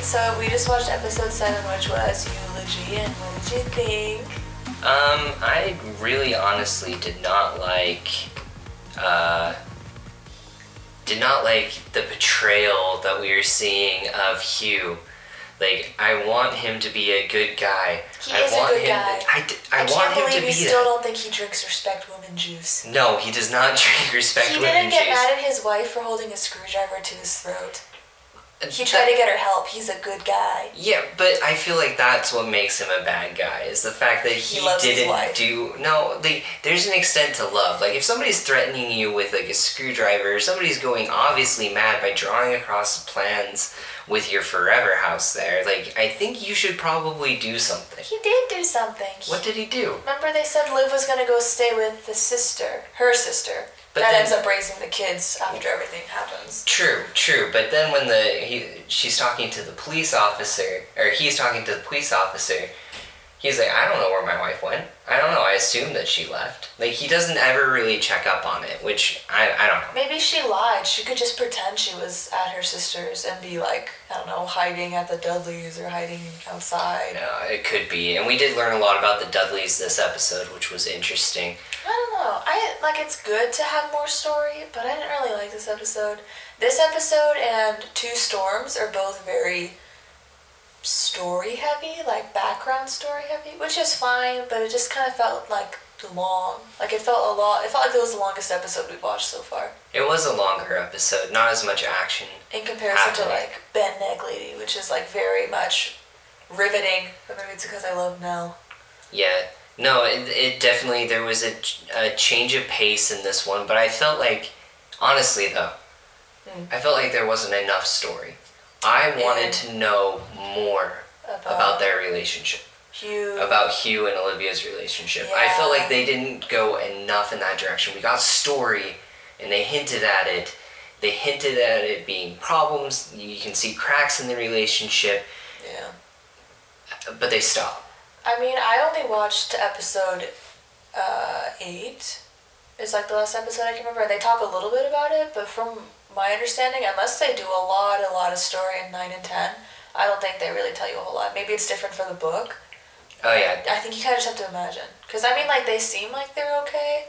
So we just watched episode seven, which was eulogy, and what did you think? Um, I really honestly did not like, uh, did not like the portrayal that we were seeing of Hugh. Like, I want him to be a good guy. He I is a want good him, guy. I, d- I I can't want him to believe be you that. still don't think he drinks respect women juice. No, he does not drink respect He women didn't get juice. mad at his wife for holding a screwdriver to his throat. He That- tried to get her help. He's a good guy. Yeah, but I feel like that's what makes him a bad guy is the fact that he, He loves his didn't wife. do no. Like, there's an extent to love. Like, if somebody's threatening you with like a screwdriver, or somebody's going obviously mad by drawing across plans with your forever house there. Like, I think you should probably do something. He did do something. What did he do? Remember they said Liv was gonna go stay with the sister, her sister. But that then- ends up raising the kids after everything happens. True, true. But then when the he, she's talking to the police officer, or he's talking to the police officer, he's like, I don't know where my wife went. I don't know. I assume that she left. Like he doesn't ever really check up on it, which I I don't know. Maybe she lied. She could just pretend she was at her sister's and be like, I don't know, hiding at the Dudleys or hiding outside. No, it could be. And we did learn a lot about the Dudleys this episode, which was interesting. I don't know. I like it's good to have more story, but I didn't really like this episode. This episode and Two Storms are both very story heavy, like background story heavy, which is fine, but it just kind of felt like long. Like it felt a lot. It felt like it was the longest episode we've watched so far It was a longer episode, not as much action. in comparison to Happening. like Ben Neg Lady, which is like very much riveting. But maybe it's because I love Nell. Yeah. No, it, it definitely, there was a, ch- a change of pace in this one, but I felt like, honestly though, Mm. I felt like there wasn't enough story. I wanted to know more Oh. about their relationship, Hugh. about Hugh and Olivia's relationship. I felt Yeah. like they didn't go enough in that direction. We got story, and they hinted at it. They hinted at it being problems. You can see cracks in the relationship, yeah. but they stop. I mean, I only watched episode uh, eight. It's like the last episode I can remember, and they talk a little bit about it. But from my understanding, unless they do a lot, a lot of story in nine and ten, I don't think they really tell you a whole lot. Maybe it's different for the book. Oh yeah, I think you kind of just have to imagine, because I mean, like they seem like they're okay,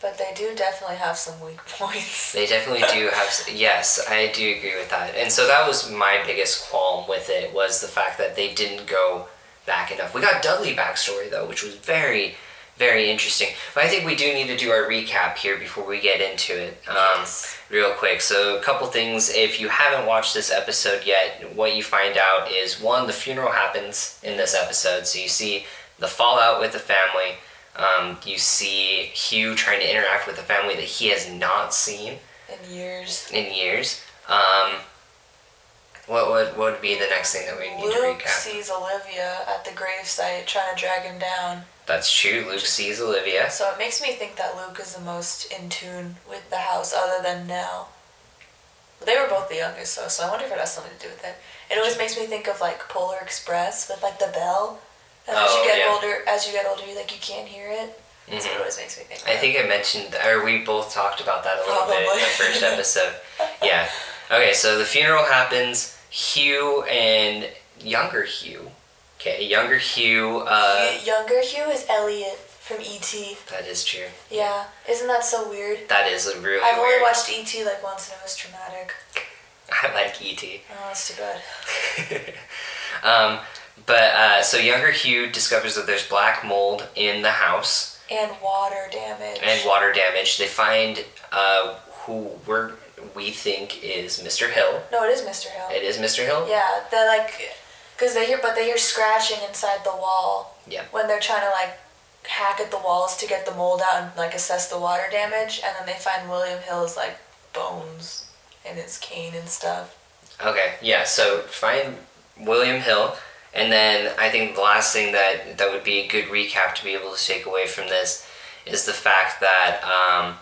but they do definitely have some weak points. They definitely do have. Yes, I do agree with that. And so that was my biggest qualm with it was the fact that they didn't go back enough. We got Dudley backstory though, which was very, very interesting. But I think we do need to do our recap here before we get into it. Um, Yes. Real quick. So a couple things. If you haven't watched this episode yet, what you find out is one, the funeral happens in this episode, so you see the fallout with the family. Um, you see Hugh trying to interact with a family that he has not seen In years, in years. Um, what would what would be the next thing that we need to Luke recap? sees Olivia at the gravesite trying to drag him down. That's true. Luke sees Olivia. So it makes me think that Luke is the most in tune with the house, other than Nell. They were both the youngest, though, so I wonder if it has something to do with it. It always makes me think of like Polar Express with like the bell. And as Oh, you get yeah. older, as you get older, you like you can't hear it. That's what it Mhm. always makes me think. I of. think I mentioned, or we both talked about that a little bit in the Probably. first episode. yeah. Okay, so the funeral happens. Hugh and younger Hugh. Okay, younger Hugh. Uh, Y- younger Hugh is Elliot from E.T. that is true. Yeah, isn't that so weird? That is a really I've only weird. watched E.T. like once and it was traumatic. I like E E.T. Oh, that's too bad. um, but uh, so younger Hugh discovers that there's black mold in the house. And water damage. and water damage. They find uh, who we're, we think is Mr. Hill. no, it is Mr. Hill. It is Mr. Hill. Yeah, they're like, cause they hear, but they hear scratching inside the wall. Yeah. When they're trying to like hack at the walls to get the mold out and like assess the water damage, and then they find William Hill's like bones and his cane and stuff. Okay. Yeah. So find William Hill, and then I think the last thing that that would be a good recap to be able to take away from this is the fact that um,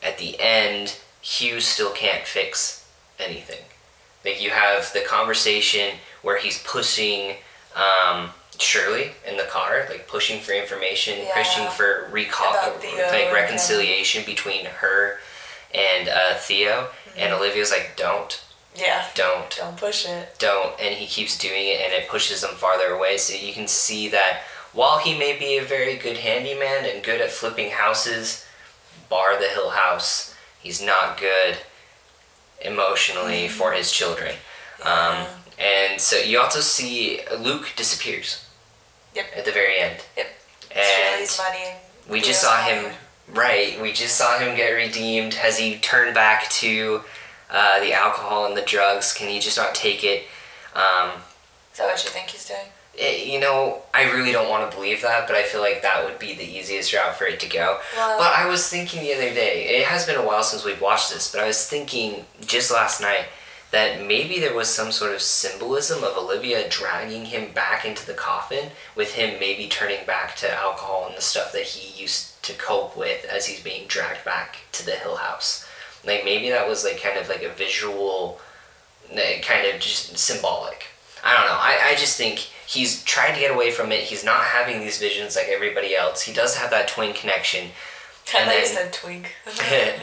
at the end Hugh still can't fix anything. Like you have the conversation where he's pushing um, Shirley in the car, like pushing for information, Yeah. pushing for recall, About Theo like and- Mm-hmm. reconciliation between her and uh, Theo, and Olivia's like, "Don't." Yeah. don't Don't push it. don't and he keeps doing it and it pushes them farther away so you can see that while he may be a very good handyman and good at flipping houses bar the hill house he's not good emotionally Mm-hmm. for his children um, and so you also see luke disappears Yep. at the very end Yep. and Shirley's money. and we just Leo's saw him money. right we just saw him get redeemed has he turned back to uh, the alcohol and the drugs can he just not take it um, Is that what you think he's doing? it, you know, I really don't want to believe that, but I feel like that would be the easiest route for it to go. Well- but I was thinking the other day, it has been a while since we've watched this, but I was thinking just last night that maybe there was some sort of symbolism of Olivia dragging him back into the coffin, with him maybe turning back to alcohol and the stuff that he used to cope with as he's being dragged back to the Hill House. Like maybe that was like kind of like a visual, eh, kind of just symbolic. I don't know. I, I just think he's trying to get away from it. He's not having these visions like everybody else. He does have that twin connection. I thought And you then- said twink.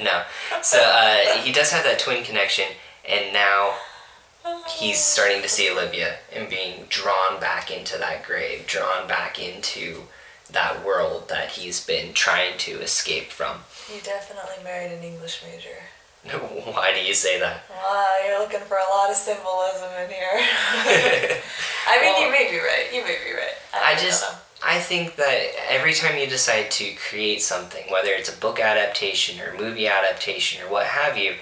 no. So uh, he does have that twin connection, and now he's starting to see Olivia and being drawn back into that grave, drawn back into that world that he's been trying to escape from. You definitely married an English major. Why do you say that? Wow, you're looking for a lot of symbolism in here. I mean, you may be right. You may be right. I don't just know. I think that every time you decide to create something, whether it's a book adaptation or movie adaptation or what have you,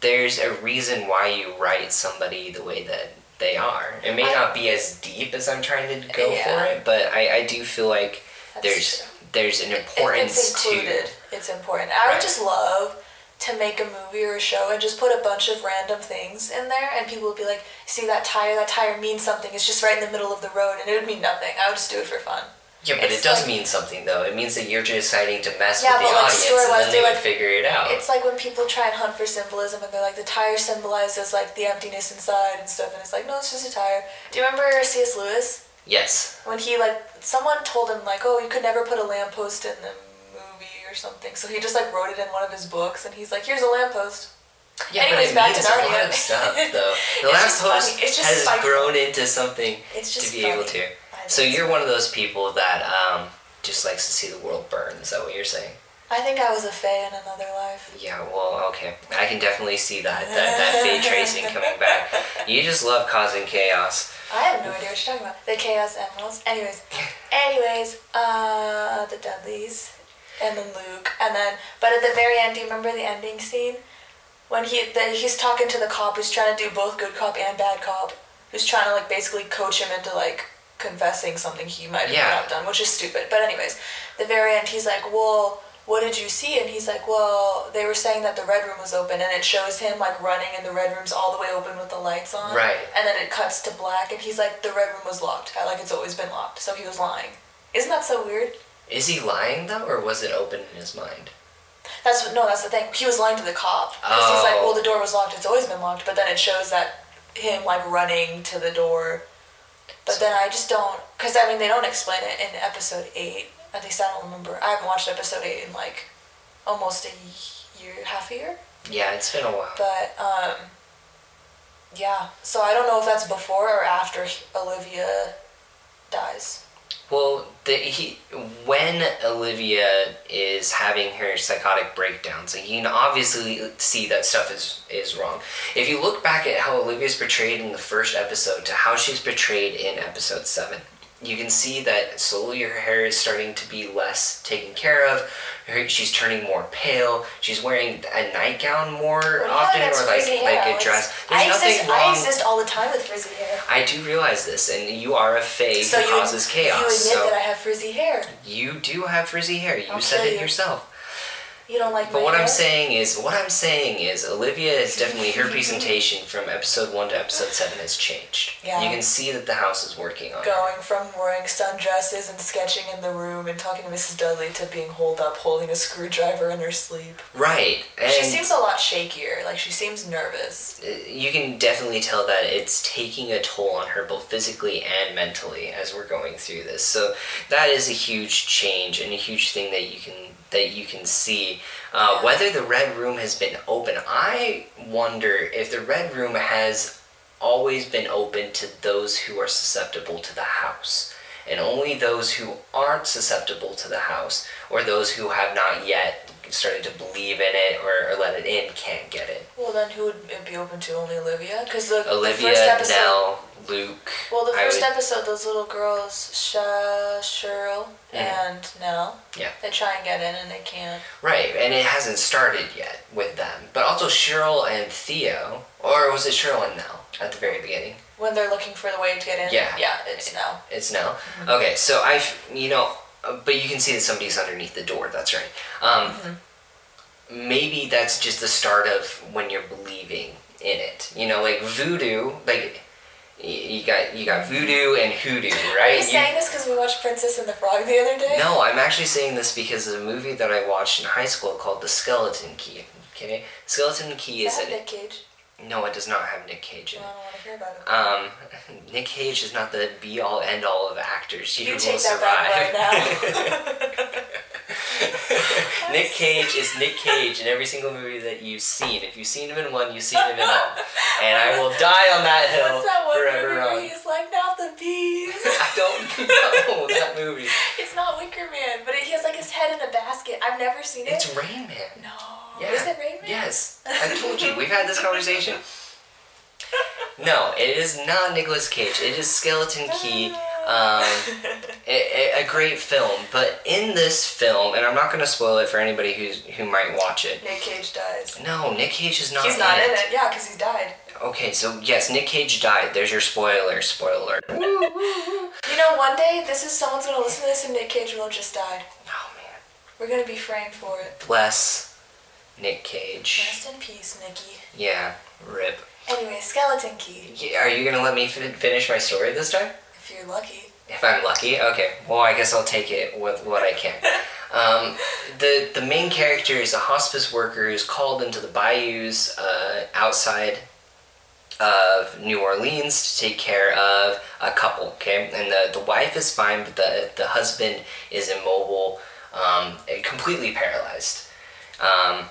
there's a reason why you write somebody the way that they are. It may I- not be as deep as I'm trying to go Yeah. for it, but I, I do feel like That's there's true. there's an importance it's to included. It's important. I Right. would just love to make a movie or a show and just put a bunch of random things in there, and people would be like, "See that tire? That tire means something. It's just right in the middle of the road, and it would mean nothing." I would just do it for fun. Yeah, but it it's does like- mean something though. It means that you're deciding to mess Yeah, with the but, like, audience and story-wise, then they they're would like- figure it out. It's like when people try and hunt for symbolism, and they're like, "The tire symbolizes like the emptiness inside and stuff," and it's like, "No, it's just a tire." Do you remember C.S. Lewis? yes. when he like someone told him like oh you could never put a lamppost in the movie or something so he just like wrote it in one of his books and he's like here's a lamppost Yeah, Anyways, but it back to means a lot Narnia. of stuff though. The It's last just host funny. It's just has spiteful. grown into something it's just to be funny. able to. I So think you're one of those people that um, just likes to see the world burn. Is that what you're saying? i think i was a fae in another life Yeah. Well, okay. I can definitely see that that that fade tracing coming back. You just love causing chaos. i have no idea what you're talking about the chaos emeralds anyways anyways uh the dudleys and then luke and then but at the very end do you remember the ending scene when he the, he's talking to the cop who's trying to do both good cop and bad cop, who's trying to like basically coach him into like confessing something he might have Yeah. not done, which is stupid. But anyways, the very end he's like, "Well, what did you see?" And he's like, "Well, they were saying that the red room was open, and it shows him like running, and the red room's all the way open with the lights on, Right. And then it cuts to black, and he's like, "The red room was locked. I, like it's always been locked." So he was lying. Isn't that so weird? Is he lying though, or was it open in his mind? That's what, no, that's the thing. He was lying to the cop because he's like, Oh. well, the door was locked. It's always been locked. But then it shows that him like running to the door. But then I just don't, because I mean they don't explain it in episode eight. At least I don't remember. I haven't watched episode eight in like almost a year, half a year. Yeah, it's been a while. But um, yeah. So I don't know if that's before or after he- Olivia dies. Well, the, he when Olivia is having her psychotic breakdowns, like you can obviously see that stuff is is wrong. If you look back at how Olivia's portrayed in the first episode to how she's portrayed in episode seven, you can see that slowly her hair is starting to be less taken care of. Her, she's turning more pale. She's wearing a nightgown more What do you have often, against or like frizzy hair, like a Alex? dress. There's I nothing exist. wrong. I exist all the time with frizzy hair. I do realize this, and you are a fake So who you, causes chaos. you admit so. that I have frizzy hair. You do have frizzy hair. You I'll said kill it you. yourself. You don't like But my what I'm hair? saying is, what I'm saying is, Olivia is definitely her presentation from episode one to episode seven has changed. Yeah. You can see that the house is working on. it. Going from wearing sundresses and sketching in the room and talking to Mrs. Dudley to being holed up holding a screwdriver in her sleep. Right. And she seems a lot shakier. Like she seems nervous. uh, you can definitely tell that it's taking a toll on her both physically and mentally as we're going through this. So that is a huge change and a huge thing that you can that you can see. Uh, whether the Red Room has been open, I wonder if the Red Room has always been open to those who are susceptible to the house, and only those who aren't susceptible to the house, or those who have not yet started to believe in it or, or let it in, can't get it. Well, then who would it be open to? Only Olivia? Because the, the first Olivia, episode. Nell, Luke. Well, the I first would- episode, those little girls, Sha, Cheryl, Mhm. and Nell, Yeah. they try and get in and they can't. Right, and it hasn't started yet with them. But also Cheryl and Theo, or was it Cheryl and Nell at the very beginning? When they're looking for the way to get in, Yeah. yeah, it's Nell. It's Nell. Mm-hmm. Okay, so I, you know, uh, but you can see that somebody's underneath the door. That's right. Um, Mm-hmm. Maybe that's just the start of when you're believing in it. You know, like voodoo, like. y- You got you got voodoo and hoodoo, Are right? you You- Mm-hmm. saying this because we watched Princess and the Frog the other day? No, I'm actually saying this because of a movie that I watched in high school called The Skeleton Key. Okay, Skeleton Key Is is that an Nick Cage? No, it does not have Nick Cage in No, I it. don't want to hear about it. Um, Nick Cage is not the be all end all of actors. You, You will take that survive. back right now. Nick Cage is Nick Cage in every single movie that you've seen. If you've seen him in one, you've seen him in all. And I will die on that hill What's that one forever movie wrong. where he's like, not the bees? I don't know that movie. It's not Wicker Man, but he has like his head in a basket. I've never seen it. It's Rain Man. no. Yeah. Is it Rain Man? Yes. I told you, we've had this conversation. No, it is not Nicolas Cage. It is Skeleton Key. Ah. Um, a, a- a great film, but in this film, and I'm not going to spoil it for anybody who's who might watch it. Nick Cage dies. No, Nick Cage is not. He's not in it. Yeah, because he died. Okay, so yes, Nick Cage died. There's your spoiler. Spoiler. Oh man, You know, one day this is someone's gonna listen to this and Nick Cage will have just died. We're gonna be framed for it. Oh, bless Nick Cage. Rest in peace, Nicky. Yeah, rip. Anyway, Skeleton Key. Yeah, Are you gonna let me fin- finish my story this time? If you're lucky. If I'm lucky, okay. Well, I guess I'll take it with what I can. Um, the the main character is a hospice worker who's called into the bayous uh, outside of New Orleans to take care of a couple. Okay, and the the wife is fine, but the the husband is immobile, um, and completely paralyzed. Um,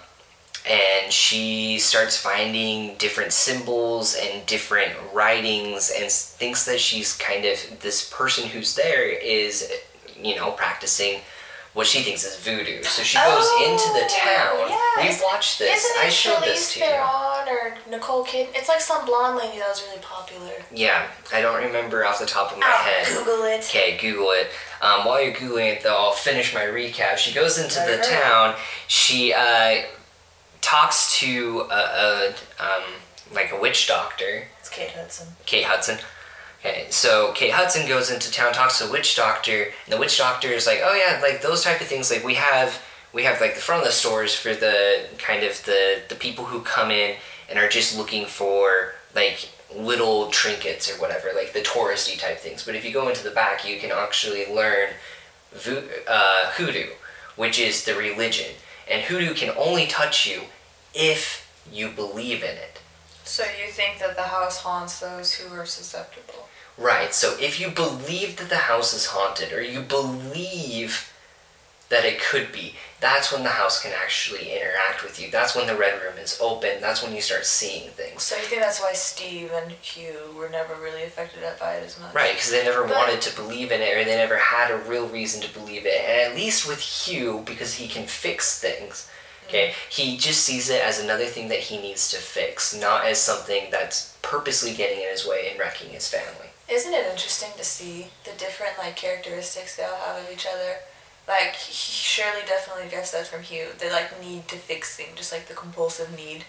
and she starts finding different symbols and different writings and s- thinks that she's kind of this person who's there is you know practicing what she thinks is voodoo so she goes Oh, into the town yeah. we've Isn't- watched this Isn't it i showed Charlize this to you Theron or Nicole Kidman? It's like some blonde lady that was really popular. yeah i don't remember off the top of my Ow, head Google it. Okay, Google it. Um, while you're googling it, though, I'll finish my recap. She goes into the Alright. town. She uh, talks to a, a um, like a witch doctor, It's Kate Hudson. Kate Hudson. Okay, so Kate Hudson goes into town, talks to a witch doctor, and the witch doctor is like, "Oh yeah, like those type of things. Like we have, we have like the front of the stores for the kind of the the people who come in and are just looking for like little trinkets or whatever, like the touristy type things. But if you go into the back, you can actually learn vo- uh, hoodoo, which is the religion, and hoodoo can only touch you if you believe in it. So you think that the house haunts those who are susceptible? Right, so if you believe that the house is haunted, or you believe that it could be, that's when the house can actually interact with you. That's when the red room is open. That's when you start seeing things. So you think that's why Steve and Hugh were never really affected by it as much? Right, because they never But- wanted to believe in it, or they never had a real reason to believe it. And at least with Hugh, because he can fix things, Mm. okay, he just sees it as another thing that he needs to fix, not as something that's purposely getting in his way and wrecking his family. Isn't it interesting to see the different like characteristics they all have of each other? Like he Shirley definitely gets that from Hugh. They like need to fix things, just like the compulsive need.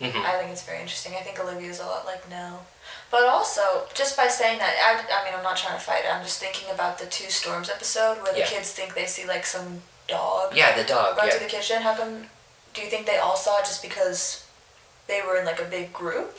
Mhm. I think it's very interesting. I think Olivia's a lot like no, but also just by saying that, I, I mean I'm not trying to fight it. I'm just thinking about the two storms episode where the Yeah. kids think they see like some dog Yeah, the dog. run yeah. to the kitchen. How come? Do you think they all saw it just because they were in like a big group,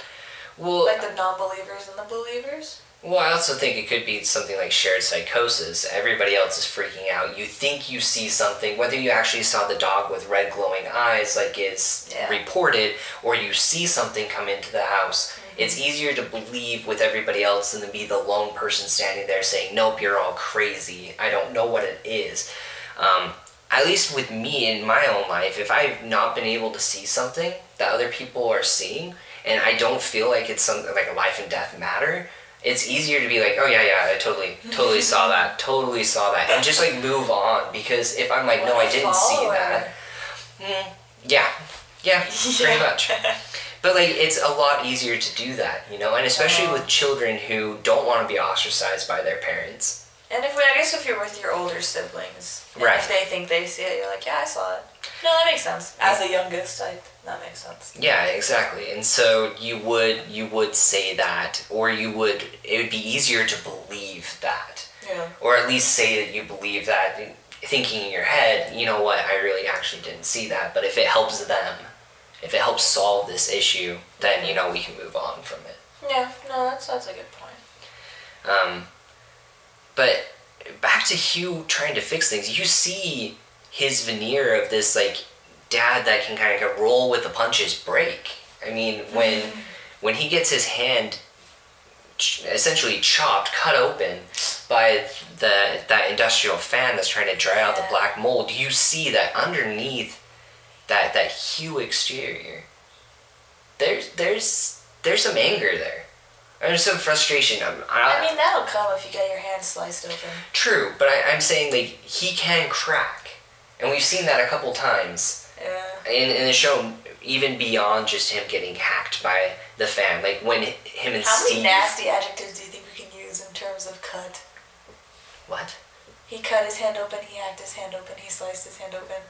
well, like the non-believers and the believers? Well, I also think it could be something like shared psychosis. Everybody else is freaking out. You think you see something, whether you actually saw the dog with red glowing eyes, like is Yeah. reported, or you see something come into the house. It's easier to believe with everybody else than to be the lone person standing there saying, "Nope, you're all crazy. I don't know what it is." Um, at least with me in my own life, if I've not been able to see something that other people are seeing, and I don't feel like it's something like a life and death matter, it's easier to be like, oh yeah, yeah, I totally, totally saw that, totally saw that, and just like move on. Because if I'm like, no, What I a didn't see follower. that, mm, yeah, yeah, pretty much. But like, it's a lot easier to do that, you know, and especially with children who don't want to be ostracized by their parents. And if I guess if you're with your older siblings, and Right. if they think they see it, you're like, yeah, I saw it. No, that makes sense. As the youngest, I that makes sense. Yeah, exactly. And so you would you would say that, or you would it would be easier to believe that. Yeah. or at least say that you believe that thinking in your head you know what i really actually didn't see that but if it helps them if it helps solve this issue then you know we can move on from it Yeah. No, that's that's a good point. um, but back to hugh trying to fix things you see his veneer of this like dad that can kind of roll with the punches break i mean Mm-hmm. when when he gets his hand ch- essentially chopped, cut open by the that industrial fan that's trying to dry out the Yeah. black mold, you see that underneath that that hue exterior, there's there's there's some anger there. And There's some frustration. I'm, I, I mean, that'll come if you get your hand sliced open. true, but I, I'm saying like he can crack, and we've seen that a couple times Yeah. in, in the show. Even beyond just him getting hacked by the fan, like when him and How many Steve. nasty adjectives do you think we can use in terms of cut? what? He cut his hand open. He hacked his hand open. He sliced his hand open.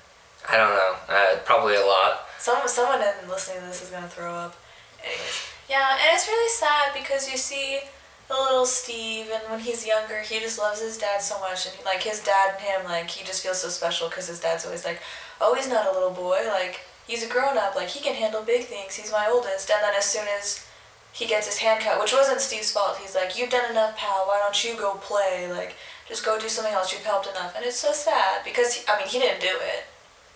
I don't know. Uh, probably a lot. Someone, someone in listening to this is gonna throw up. Anyways, yeah, and it's really sad because you see the little Steve, and when he's younger, he just loves his dad so much, and like his dad and him, like he just feels so special because his dad's always like, oh, he's not a little boy, like he's a grown up, like he can handle big things. He's my oldest, and then as soon as he gets his hand cut, which wasn't Steve's fault, he's like, you've done enough, pal. Why don't you go play? Like, just go do something else. You've helped enough, and it's so sad because I mean he didn't do it.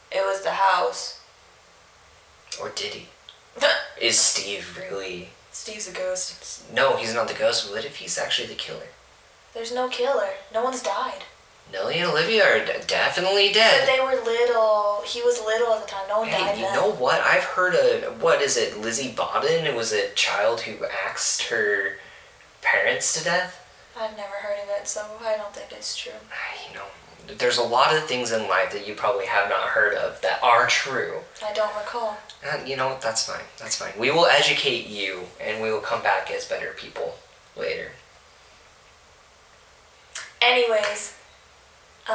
It was the house. Or did he? Is Steve really? Steve's a ghost. No, he's not the ghost. What if he's actually the killer? There's no killer. No one's died. Nellie and Olivia are d- definitely But dead. they were little. He was little at the time. No one died Hey, you then. know what? I've heard of what is it? Lizzie Bodden It was a child who axed her parents to death. I've never heard of it, so I don't think it's true. Ah, You know, there's a lot of things in life that you probably have not heard of that are true. I don't recall. And you know, what? that's fine. That's fine. We will educate you, and we will come back as better people later. Anyways, um,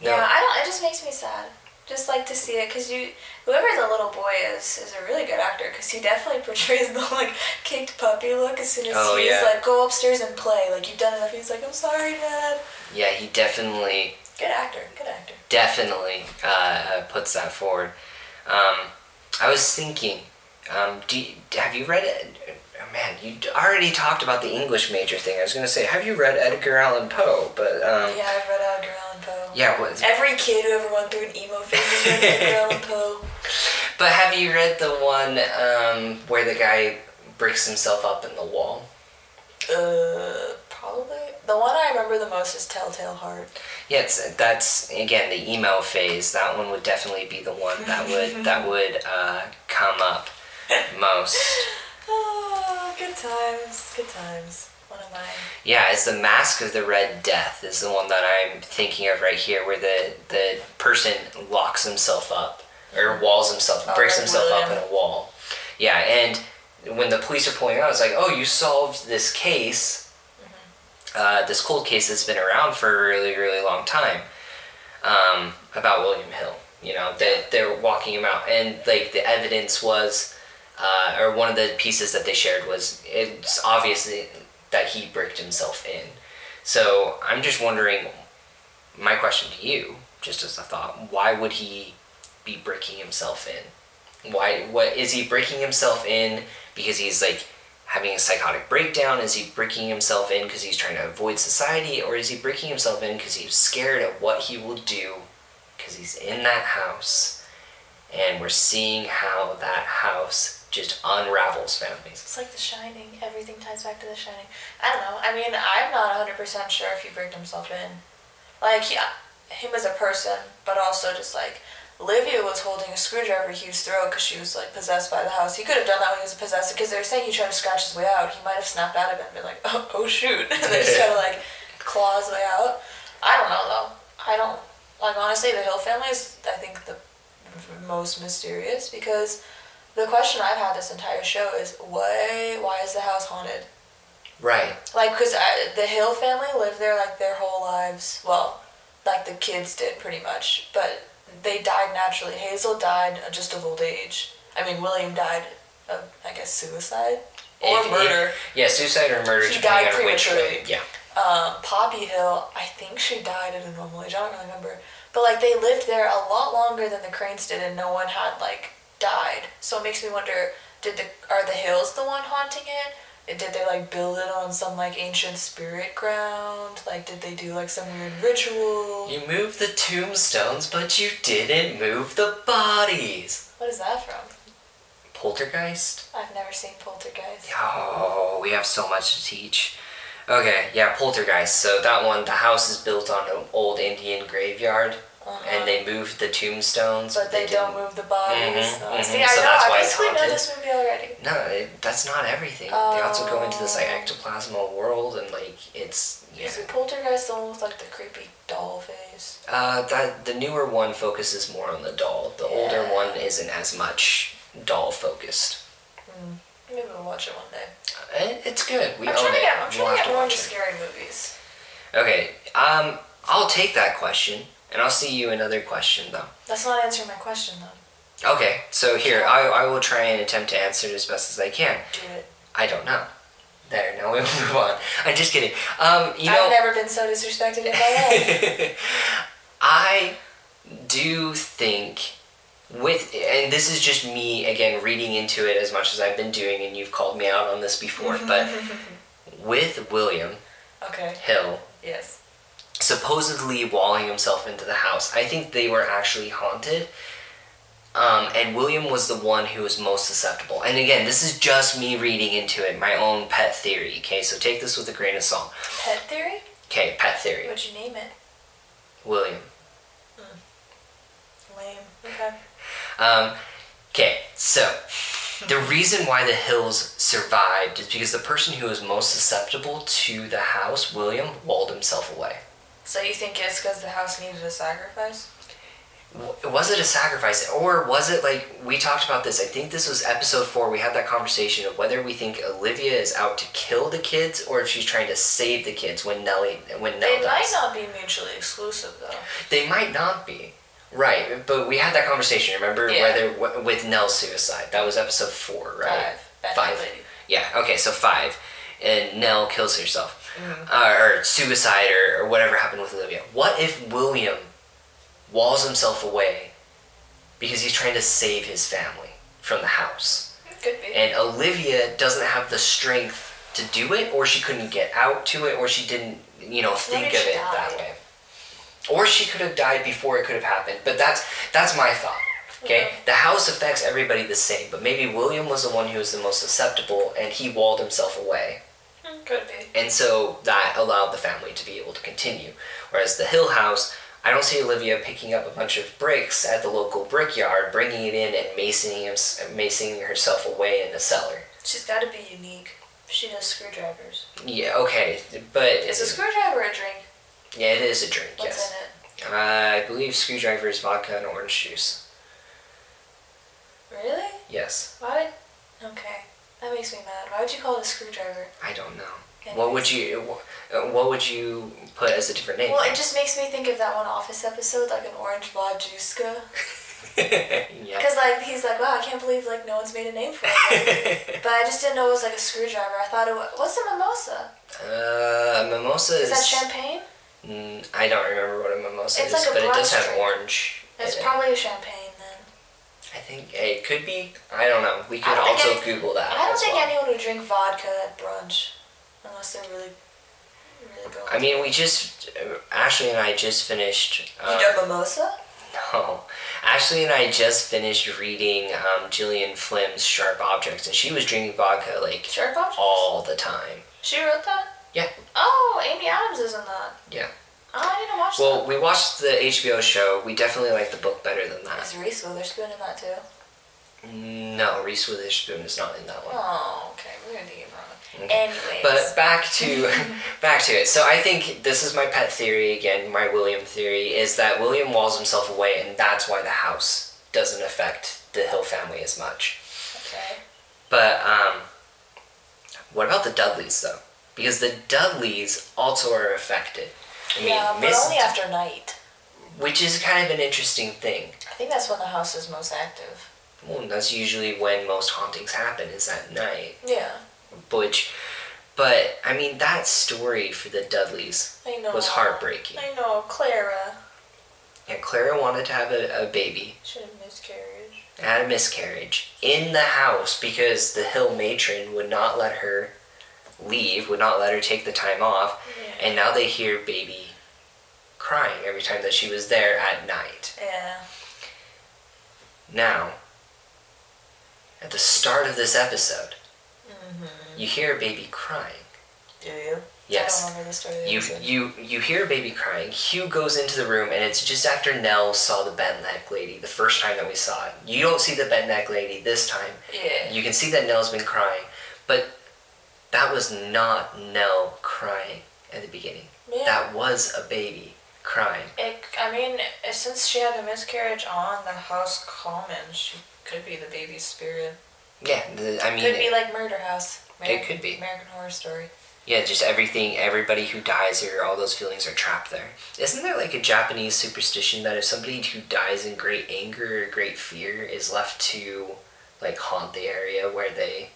No. yeah, I don't. It just makes me sad. Just like to see it, cause you, whoever the little boy is, is a really good actor, cause he definitely portrays the like kicked puppy look as soon as Oh, he's yeah. like, go upstairs and play, like you've done enough. He's like, I'm sorry, dad. Yeah, he definitely Good actor, good actor. definitely uh, puts that forward. Um, I was thinking, um, do you, have you read it? Oh, man, you already talked about the English major thing. I was gonna say, have you read Edgar Allan Poe? But um, Yeah, I've read Edgar Allan Poe. yeah, what, Every kid who ever went through an emo phase is read Edgar Allan Poe. but have you read the one um, where the guy bricks himself up in the wall? Uh, probably the one I remember the most is Telltale Heart. Yeah, it's, that's again the emo phase. That one would definitely be the one that would that would uh, come up most. Oh, good times, good times. One of mine. Yeah, it's the Mask of the Red Death is the one that I'm thinking of right here, where the the person locks himself up or walls himself, Oh, breaks like himself up William. in a wall. Yeah, and when the police are pulling out, it's like, oh, you solved this case, Mm-hmm. uh, this cold case that's been around for a really, really long time, um, about William Hill. You know, they they're walking him out, and like the evidence was. Uh, or one of the pieces that they shared was it's obviously that he bricked himself in. So I'm just wondering, my question to you, just as a thought, why would he be bricking himself in? Why? What is he breaking himself in because he's like having a psychotic breakdown? Is he breaking himself in because he's trying to avoid society, or is he breaking himself in because he's scared of what he will do because he's in that house and we're seeing how that house just unravels families? It's like The Shining. Everything ties back to The Shining. I don't know. I mean, I'm not 100 percent sure if he bricked himself in. Like, yeah, him as a person, but also just like Livia was holding a screwdriver to Hugh's throat because she was like possessed by the house. He could have done that when he was possessed because they were saying he tried to scratch his way out. He might have snapped out of it and been like, oh, oh shoot. and then just kind of like claw his way out. I don't know though. I don't like honestly. The Hill family is I think the most mysterious because the question I've had this entire show is why why is the house haunted? Right. Like, cause I, the Hill family lived there like their whole lives. Well, like the kids did pretty much, but they died naturally. Hazel died uh, just of old age. I mean, William died of I guess suicide or If- if- murder. yeah, suicide or murder, He depending died on which way. prematurely. Yeah. um, Poppy Hill, I think she died at a normal age. I don't really remember. But like they lived there a lot longer than the Cranes did, and no one had like died. So it makes me wonder: Did the are the Hills the one haunting it? And Did they like build it on some like ancient spirit ground? Like did they do like some weird ritual? You moved the tombstones, but you didn't move the bodies. What is that from? Poltergeist? I've never seen Poltergeist. Oh, we have so much to teach. Okay, yeah, Poltergeist. So that one, the house is built on an old Indian graveyard, Uh-huh. and they moved the tombstones. but they, don't didn't- move the bodies. Mhm, Oh, mhm. See, I So know. that's I why it's basically know haunted. this movie already. No, it, that's not everything. they also go into this like Oh. ectoplasmal world, and like it's yeah. Isn't Poltergeist the one with like the creepy doll face? Uh, that the newer one focuses more on the doll. The older Yeah. one isn't as much doll focused. Uh, Maybe we'll watch it one day. It, it's good. We I'm own trying to it. get, I'm We'll trying to have get more watch into it. scary movies. Okay, um, I'll take that question, and I'll see you another question though. That's not answering my question though. Okay, so here I, I will try and attempt to answer it as best as I can. Do it. I don't know. There, now we'll move on. I'm just kidding. Um, you know, I've never been so disrespected in my life. I do think with and this is just me again reading into it as much as I've been doing and you've called me out on this before, but with William okay. Hill Yes. supposedly walling himself into the house, I think they were actually haunted. Um, and William was the one who was most susceptible. And again, this is just me reading into it, my own pet theory. Okay, so take this with a grain of salt. Pet theory? Okay, pet theory. What'd you name it? William. Lame. Okay. Um, okay, so the reason why the Hills survived is because the person who was most susceptible to the house, William, walled himself away. So you think it's because the house needed a sacrifice? W- Was it a sacrifice, or was it like we talked about this? I think this was episode four. We had that conversation of whether we think Olivia is out to kill the kids or if she's trying to save the kids when Nellie when Nell they dies. might not be mutually exclusive though. They might not be. Right, but we had that conversation. Remember Yeah. whether w- with Nell's suicide? That was episode four, right? Five. Five. Lady. Yeah, okay, so five. And Nell kills herself. Uh, or suicide or, or whatever happened with Olivia. What if William walls himself away because he's trying to save his family from the house? Could be. And Olivia doesn't have the strength to do it, or she couldn't get out to it, or she didn't, you know, think Maybe of she it that died. way. Or she could have died before it could have happened. But that's that's my thought. Okay, Yeah. the house affects everybody the same, but maybe William was the one who was the most susceptible, and he walled himself away, Mm, Could be. and so that allowed the family to be able to continue. Whereas the Hill House, I don't see Olivia picking up a bunch of bricks at the local brickyard, bringing it in, and masoning him, masoning herself away in a cellar. She's got to be unique. She does screwdrivers. Yeah, okay, but Is a screwdriver a drink? yeah, it is a drink. What's yes, in it? uh, I believe screwdriver is vodka and orange juice. Really? Yes, Why? Okay, that makes me mad. Why would you call it a screwdriver? I don't know. Anyways. What would you wh- uh, what would you put as a different name? Well, it just makes me think of that one Office episode, like an orange Vlajuska. yeah. Because like he's like, wow, I can't believe like no one's made a name for it. but I just didn't know it was like a screwdriver. I thought it was. What's a mimosa? uh, mimosa Is is. that champagne? Mm, I don't remember what a mimosa It's is, like a but it does brunch have drink. orange. It's in it. probably a champagne then. I think it could be. I don't know. We I could don't think also any- Google that. I don't as think well. anyone would drink vodka at brunch, unless they're really, really going. I mean, we just uh, Ashley and I just finished. you um, know mimosa? No. Ashley and I just finished reading um, Gillian Flynn's Sharp Objects, and she was drinking vodka like Shark Bob? all the time. She wrote that. Yeah. Oh, Amy Adams is in that. Yeah. Oh, I didn't watch Well, we watched the HBO show. We definitely like the book better than that. that. Is Reese Witherspoon in that too? No, Reese Witherspoon is not in that one. Oh, okay. We're gonna get it wrong. Okay. Anyways. But back to back to it. So I think this is my pet theory again, my William theory is that William walls himself away and that's why the house doesn't affect the Hill family as much. okay. But um what about the Dudleys though? Because the Dudleys also are affected. I mean, yeah, but Miss- only after night. which is kind of an interesting thing. I think that's when the house is most active. Well, that's usually when most hauntings happen is at night. Yeah. Which, but I mean, that story for the Dudleys I know. was heartbreaking. I know. Clara And Clara wanted to have a, a baby, should have miscarried. and had a miscarriage in the house because the Hill matron would not let her leave, would not let her take the time off, Yeah. and now they hear baby crying every time that she was there at night. Yeah. Now, at the start of this episode, Mm-hmm. you hear a baby crying. Do you? I Yes. don't remember the story. of the You episode. you you hear a baby crying. Hugh goes into the room, and it's just after Nell saw the bent neck lady the first time that we saw it. You don't see the bent neck lady this time. Yeah. You can see that Nell's been crying, but that was not Nell crying at the beginning. yeah. That was a baby crying. It, I mean, since she had a miscarriage on the house common, she could be the baby's spirit. Yeah, the, I mean, Could be like Murder House. It could be. American Horror Story. yeah, just everything. Everybody who dies here, all those feelings are trapped there. Isn't there like a Japanese superstition that if somebody who dies in great anger or great fear is left to like haunt the area where they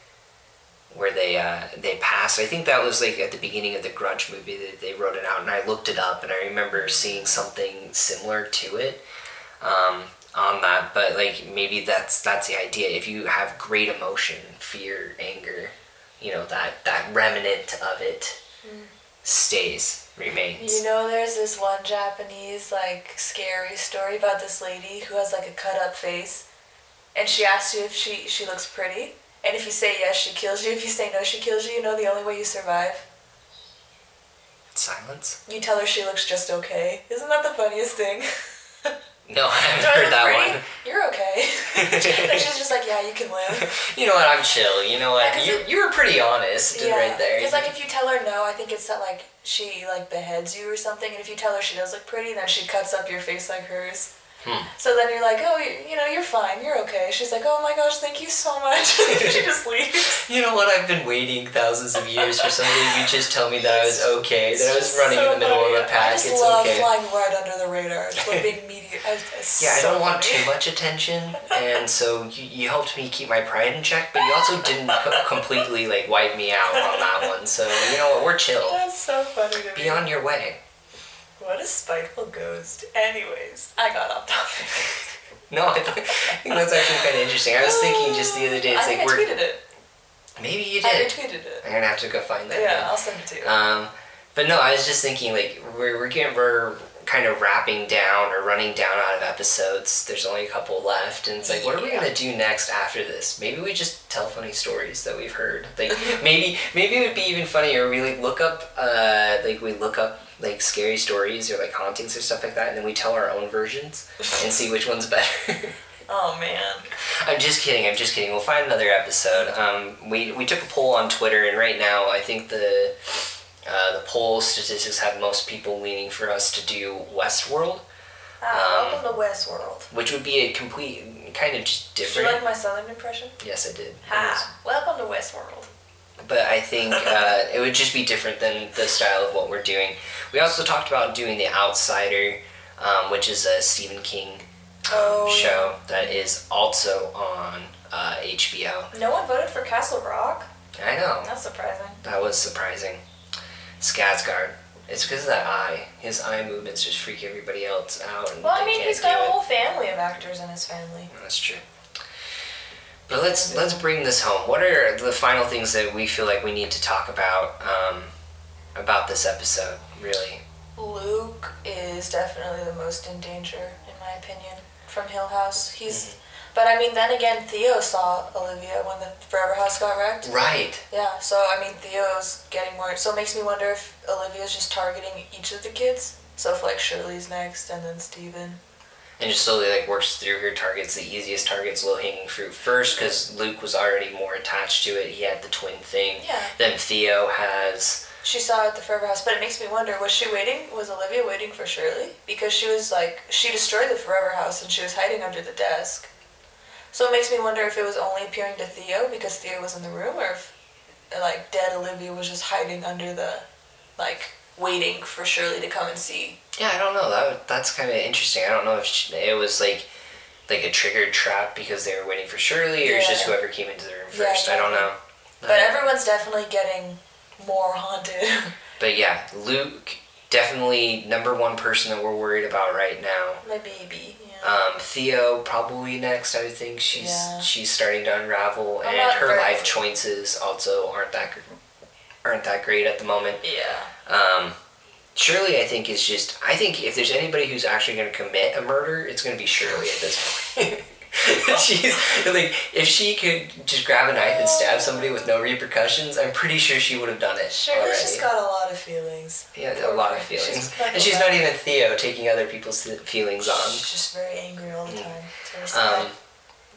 where they uh, they pass? I think that was like at the beginning of the Grudge movie that they wrote it out, and I looked it up, and I remember seeing something similar to it um, on that. But like maybe that's that's the idea. If you have great emotion, fear, anger, you know that that remnant of it stays, remains. Mm. You know, there's this one Japanese, like, scary story about this lady who has, like, a cut up face. And she asks you if she, she looks pretty. And if you say yes, she kills you. If you say no, she kills you. You know, the only way you survive. Silence. You tell her she looks just okay. Isn't that the funniest thing? No, I haven't Do I look heard pretty? that You're okay. like, she's just like, yeah, you can live. one. you know what? I'm chill. You know Yeah, what? 'cause You it- you were pretty honest right there. Because like if you tell her no, I think it's that like she like beheads you or something, and if you tell her she does look pretty, then she cuts up your face like hers. Hmm. So then you're like, oh, you, you know, you're fine, you're okay. She's like, oh my gosh, thank you so much. she just leaves. You know what? I've been waiting thousands of years for somebody to just tell me that I was okay, that I It's was running so in the middle funny. of a pack. I just it's love okay. flying right under the radar. It's like big media. I, it's Yeah, I so don't want funny. too much attention, and so you, you helped me keep my pride in check, but you also didn't co- completely like wipe me out on that one. So you know what? We're chill. That's so funny to me. Be on your way. What a spiteful ghost. Anyways, I got off topic. No, I, th- I think that's actually kind of interesting. I was thinking just the other day, it's I think like I we're tweeted it. maybe you I did. retweeted it. I'm gonna have to go find that. Yeah, I'll send it to you. Um, but no, I was just thinking like we're we're getting we're kind of wrapping down or running down out of episodes. There's only a couple left, and it's like, what are we Yeah. gonna do next after this? Maybe we just tell funny stories that we've heard. Like maybe maybe it would be even funnier. We like look up uh like we look up like scary stories or like hauntings or stuff like that, and then we tell our own versions and see which one's better. Oh man. I'm just kidding. I'm just kidding. We'll find another episode. Um, we we took a poll on Twitter, and right now I think the uh, the poll statistics have most people leaning for us to do Westworld, Ah, Um, welcome to Westworld. which would be a complete kind of just Did you like different. my southern impression? Yes, I did. Ha! Welcome to Westworld. But I think uh, it would just be different than the style of what we're doing. We also talked about doing The Outsider, um, which is a Stephen King Oh, show that is also on uh, HBO. No one voted for Castle Rock. I know. That's surprising. That was surprising. Skarsgård. It's because of that eye. His eye movements just freak everybody else out. And Well, they I mean, can't he's do got a it. whole family of actors in his family. That's true. But let's let's bring this home. What are the final things that we feel like we need to talk about um, about this episode? Really, Luke is definitely the most in danger, in my opinion, from Hill House. He's. Mm-hmm. But I mean, then again, Theo saw Olivia when the Forever House got wrecked. right? Yeah, so I mean, Theo's getting more. So it makes me wonder if Olivia's just targeting each of the kids. So if like Shirley's next, and then Steven. and just slowly like works through her targets. The easiest targets, low hanging fruit first, because Luke was already more attached to it. He had the twin thing. Yeah. Then Theo has. She saw it at the Forever House, but it makes me wonder: was she waiting? Was Olivia waiting for Shirley? Because she was like, she destroyed the Forever House, and she was hiding under the desk. So it makes me wonder if it was only appearing to Theo because Theo was in the room, or if like dead Olivia was just hiding under the, like waiting for Shirley to come and see. Yeah, I don't know. That that's kind of interesting. I don't know if she, it was like like a triggered trap because they were waiting for Shirley, or it's just Yeah. whoever came into the room Yeah, first. I don't know. Uh, But everyone's definitely getting more haunted. But yeah, Luke definitely number one person that we're worried about right now. My baby. Yeah. Um, Theo probably next. I would think she's Yeah. she's starting to unravel, I'm and not her very- life choices also aren't that gr- aren't that great at the moment. yeah. Um, Shirley, I think is just. I think if there's anybody who's actually going to commit a murder, it's going to be Shirley at this point. She's like, if she could just grab a knife and stab somebody with no repercussions, I'm pretty sure she would have done it Shirley's already. just got a lot of feelings. yeah, a lot of She's feelings, got a and she's lot. not even Theo taking other people's feelings on. Mm. She's just very angry all the time. It's very sad. Um,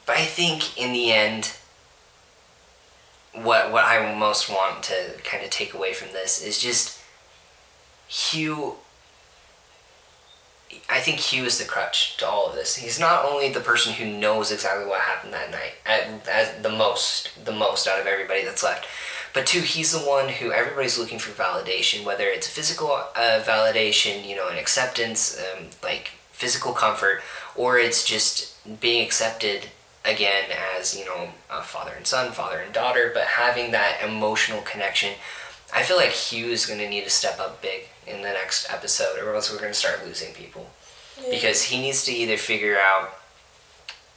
but I think in the end, what what I most want to kind of take away from this is just Hugh. I think Hugh is the crutch to all of this. He's not only the person who knows exactly what happened that night, at, at the most, the most out of everybody that's left, but two, he's the one who everybody's looking for validation, whether it's physical uh, validation, you know, an acceptance, um, like physical comfort, or it's just being accepted again as, you know, a father and son, father and daughter, but having that emotional connection. I feel like Hugh is going to need to step up big in the next episode, or else we're going to start losing people Yeah. because he needs to either figure out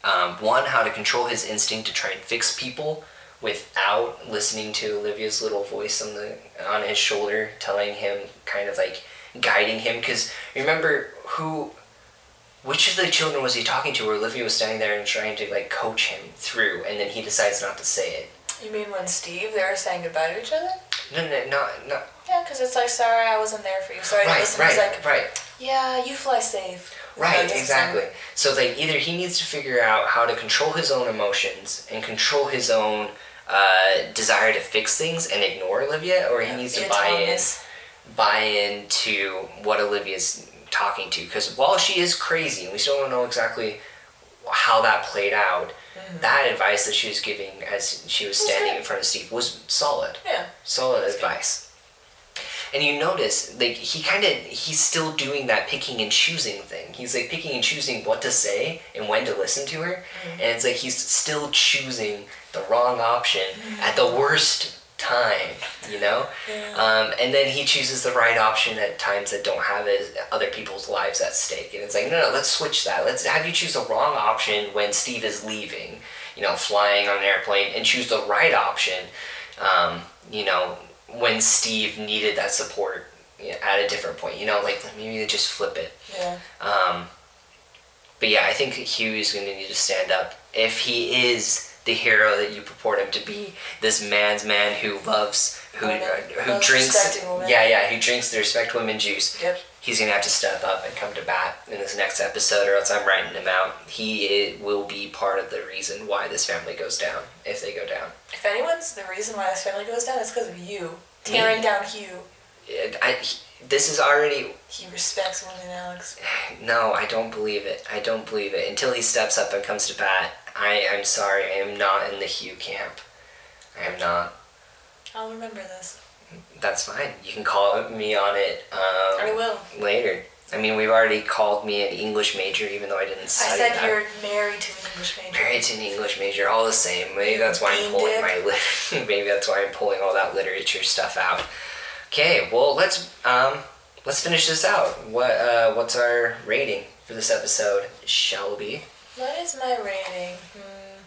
um, one how to control his instinct to try and fix people without listening to Olivia's little voice on the on his shoulder telling him kind of like guiding him because remember who which of the children was he talking to where Olivia was standing there and trying to like coach him through and then he decides not to say it you mean when Steve, they were saying goodbye to each other? no no not not Yeah, because it's like, sorry, I wasn't there for you. Sorry, I right listened. He's right like, right yeah, you fly safe. Right, Like, exactly. So like either he needs to figure out how to control his own emotions and control his own uh, desire to fix things and ignore Olivia, or he Yeah, needs to be buy autonomous. in, buy into what Olivia's talking to. Because while she is crazy, and we still don't know exactly how that played out, that advice that she was giving as she was Was standing good. in front of Steve was solid Yeah. solid advice. And you notice, like, he kind of, he's still doing that picking and choosing thing. He's, like, picking and choosing what to say and when to listen to her. And it's like he's still choosing the wrong option at the worst time, you know? Yeah. Um, and then he chooses the right option at times that don't have his, other people's lives at stake. And it's like, no, no, let's switch that. Let's have you choose the wrong option when Steve is leaving, you know, flying on an airplane, and choose the right option, um, you know, when Steve needed that support you know, at a different point. You know, like maybe just flip it. Yeah. Um, but yeah, I think Hugh is going to need to stand up. If he is the hero that you purport him to be, this man's man who loves, who Women. uh, who Loves drinks, respecting women. yeah, yeah, who drinks the respect women juice. Yep. He's gonna have to step up and come to bat in this next episode, or else I'm writing him out. He i will be part of the reason why this family goes down if they go down. If anyone's the reason why this family goes down, it's because of you tearing down Hugh. It- I, he- this is already He respects women, Alex. No, I don't believe it. I don't believe it. Until he steps up and comes to bat, I am sorry. I am not in the Hugh camp. I am not. I'll remember this. That's fine. You can call me on it I um, will. later. I mean, we've already called me an English major, even though I didn't I study said that. you're married to an English major. Married to an English major, all the same. Maybe that's why I'm Being pulling dick. my lit- maybe that's why I'm pulling all that literature stuff out. Okay, well let's um let's finish this out. What uh what's our rating for this episode? Shelby. What is my rating? Hmm.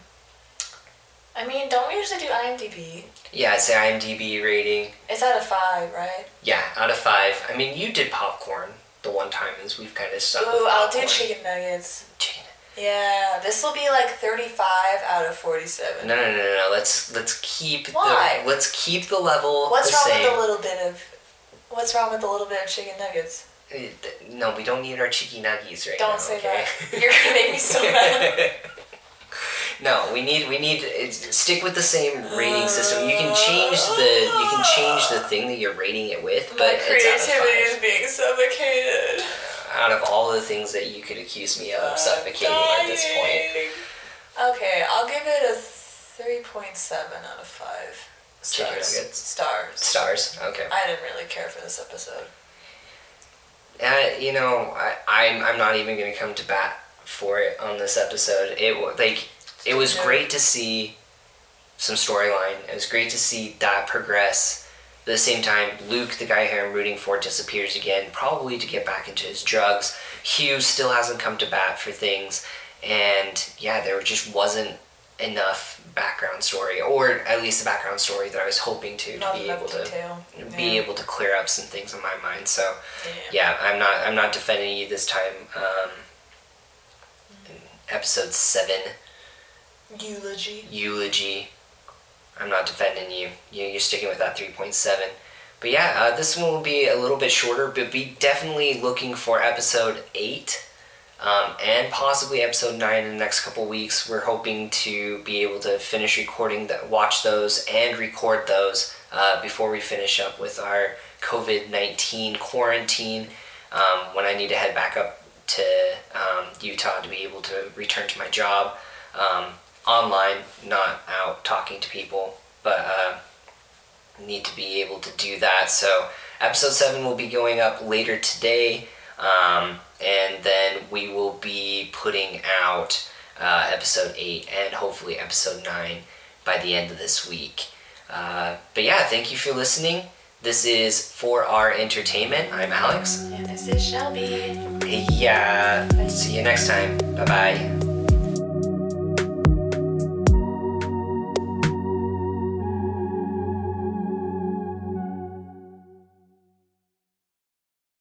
I mean, don't we usually do IMDb? Yeah, it's an IMDb rating. It's out of five, right? Yeah, out of five. I mean, you did popcorn the one time, as we've kind of stuck. Ooh, with I'll do popcorn. chicken nuggets. Chicken. Yeah, this will be like 35 out of 47. No, no, no, no. no. Let's let's keep Why? the let's keep the level What's the wrong same. with a little bit of? What's wrong with a little bit of chicken nuggets? Uh, No, we don't need our cheeky nuggies right Don't now. say okay? that. You're gonna make me so mad. no, we need we need it's, stick with the same rating system. You can change the you can change the thing that you're rating it with, My but it's out of creativity five. is being suffocated. Out of all the things that you could accuse me of I'm suffocating at this point, dying. Okay, I'll give it a 3.7 out of 5 Chicken stars. nuggets. Stars. stars. Okay. I didn't really care for this episode. Uh, you know, I, I'm I'm not even gonna come to bat for it on this episode. It wa- like it was Yeah. great to see some storyline. It was great to see that progress. At the same time, Luke, the guy who I'm rooting for, disappears again, probably to get back into his drugs. Hugh still hasn't come to bat for things, and yeah, there just wasn't enough background story, or at least the background story that I was hoping to, to Not be enough able to detail. be Yeah. able to clear up some things in my mind. So Yeah. yeah, I'm not. I'm not defending you this time. Um, in episode seven, Eulogy. eulogy. I'm not defending you. you you're sticking with that three point seven. But yeah, uh, this one will be a little bit shorter, but be definitely looking for episode eight, um, and possibly episode nine in the next couple weeks. We're hoping to be able to finish recording that, watch those, and record those uh, before we finish up with our COVID nineteen quarantine. Um, when I need to head back up to um, Utah to be able to return to my job um, online, not out talking to people, but uh, need to be able to do that. So, episode 7 will be going up later today, um, and then we will be putting out uh, episode 8 and hopefully episode 9 by the end of this week. Uh, but yeah, thank you for listening. This is for our entertainment. I'm Alex. And this is Shelby. Yeah. See you next time. Bye bye.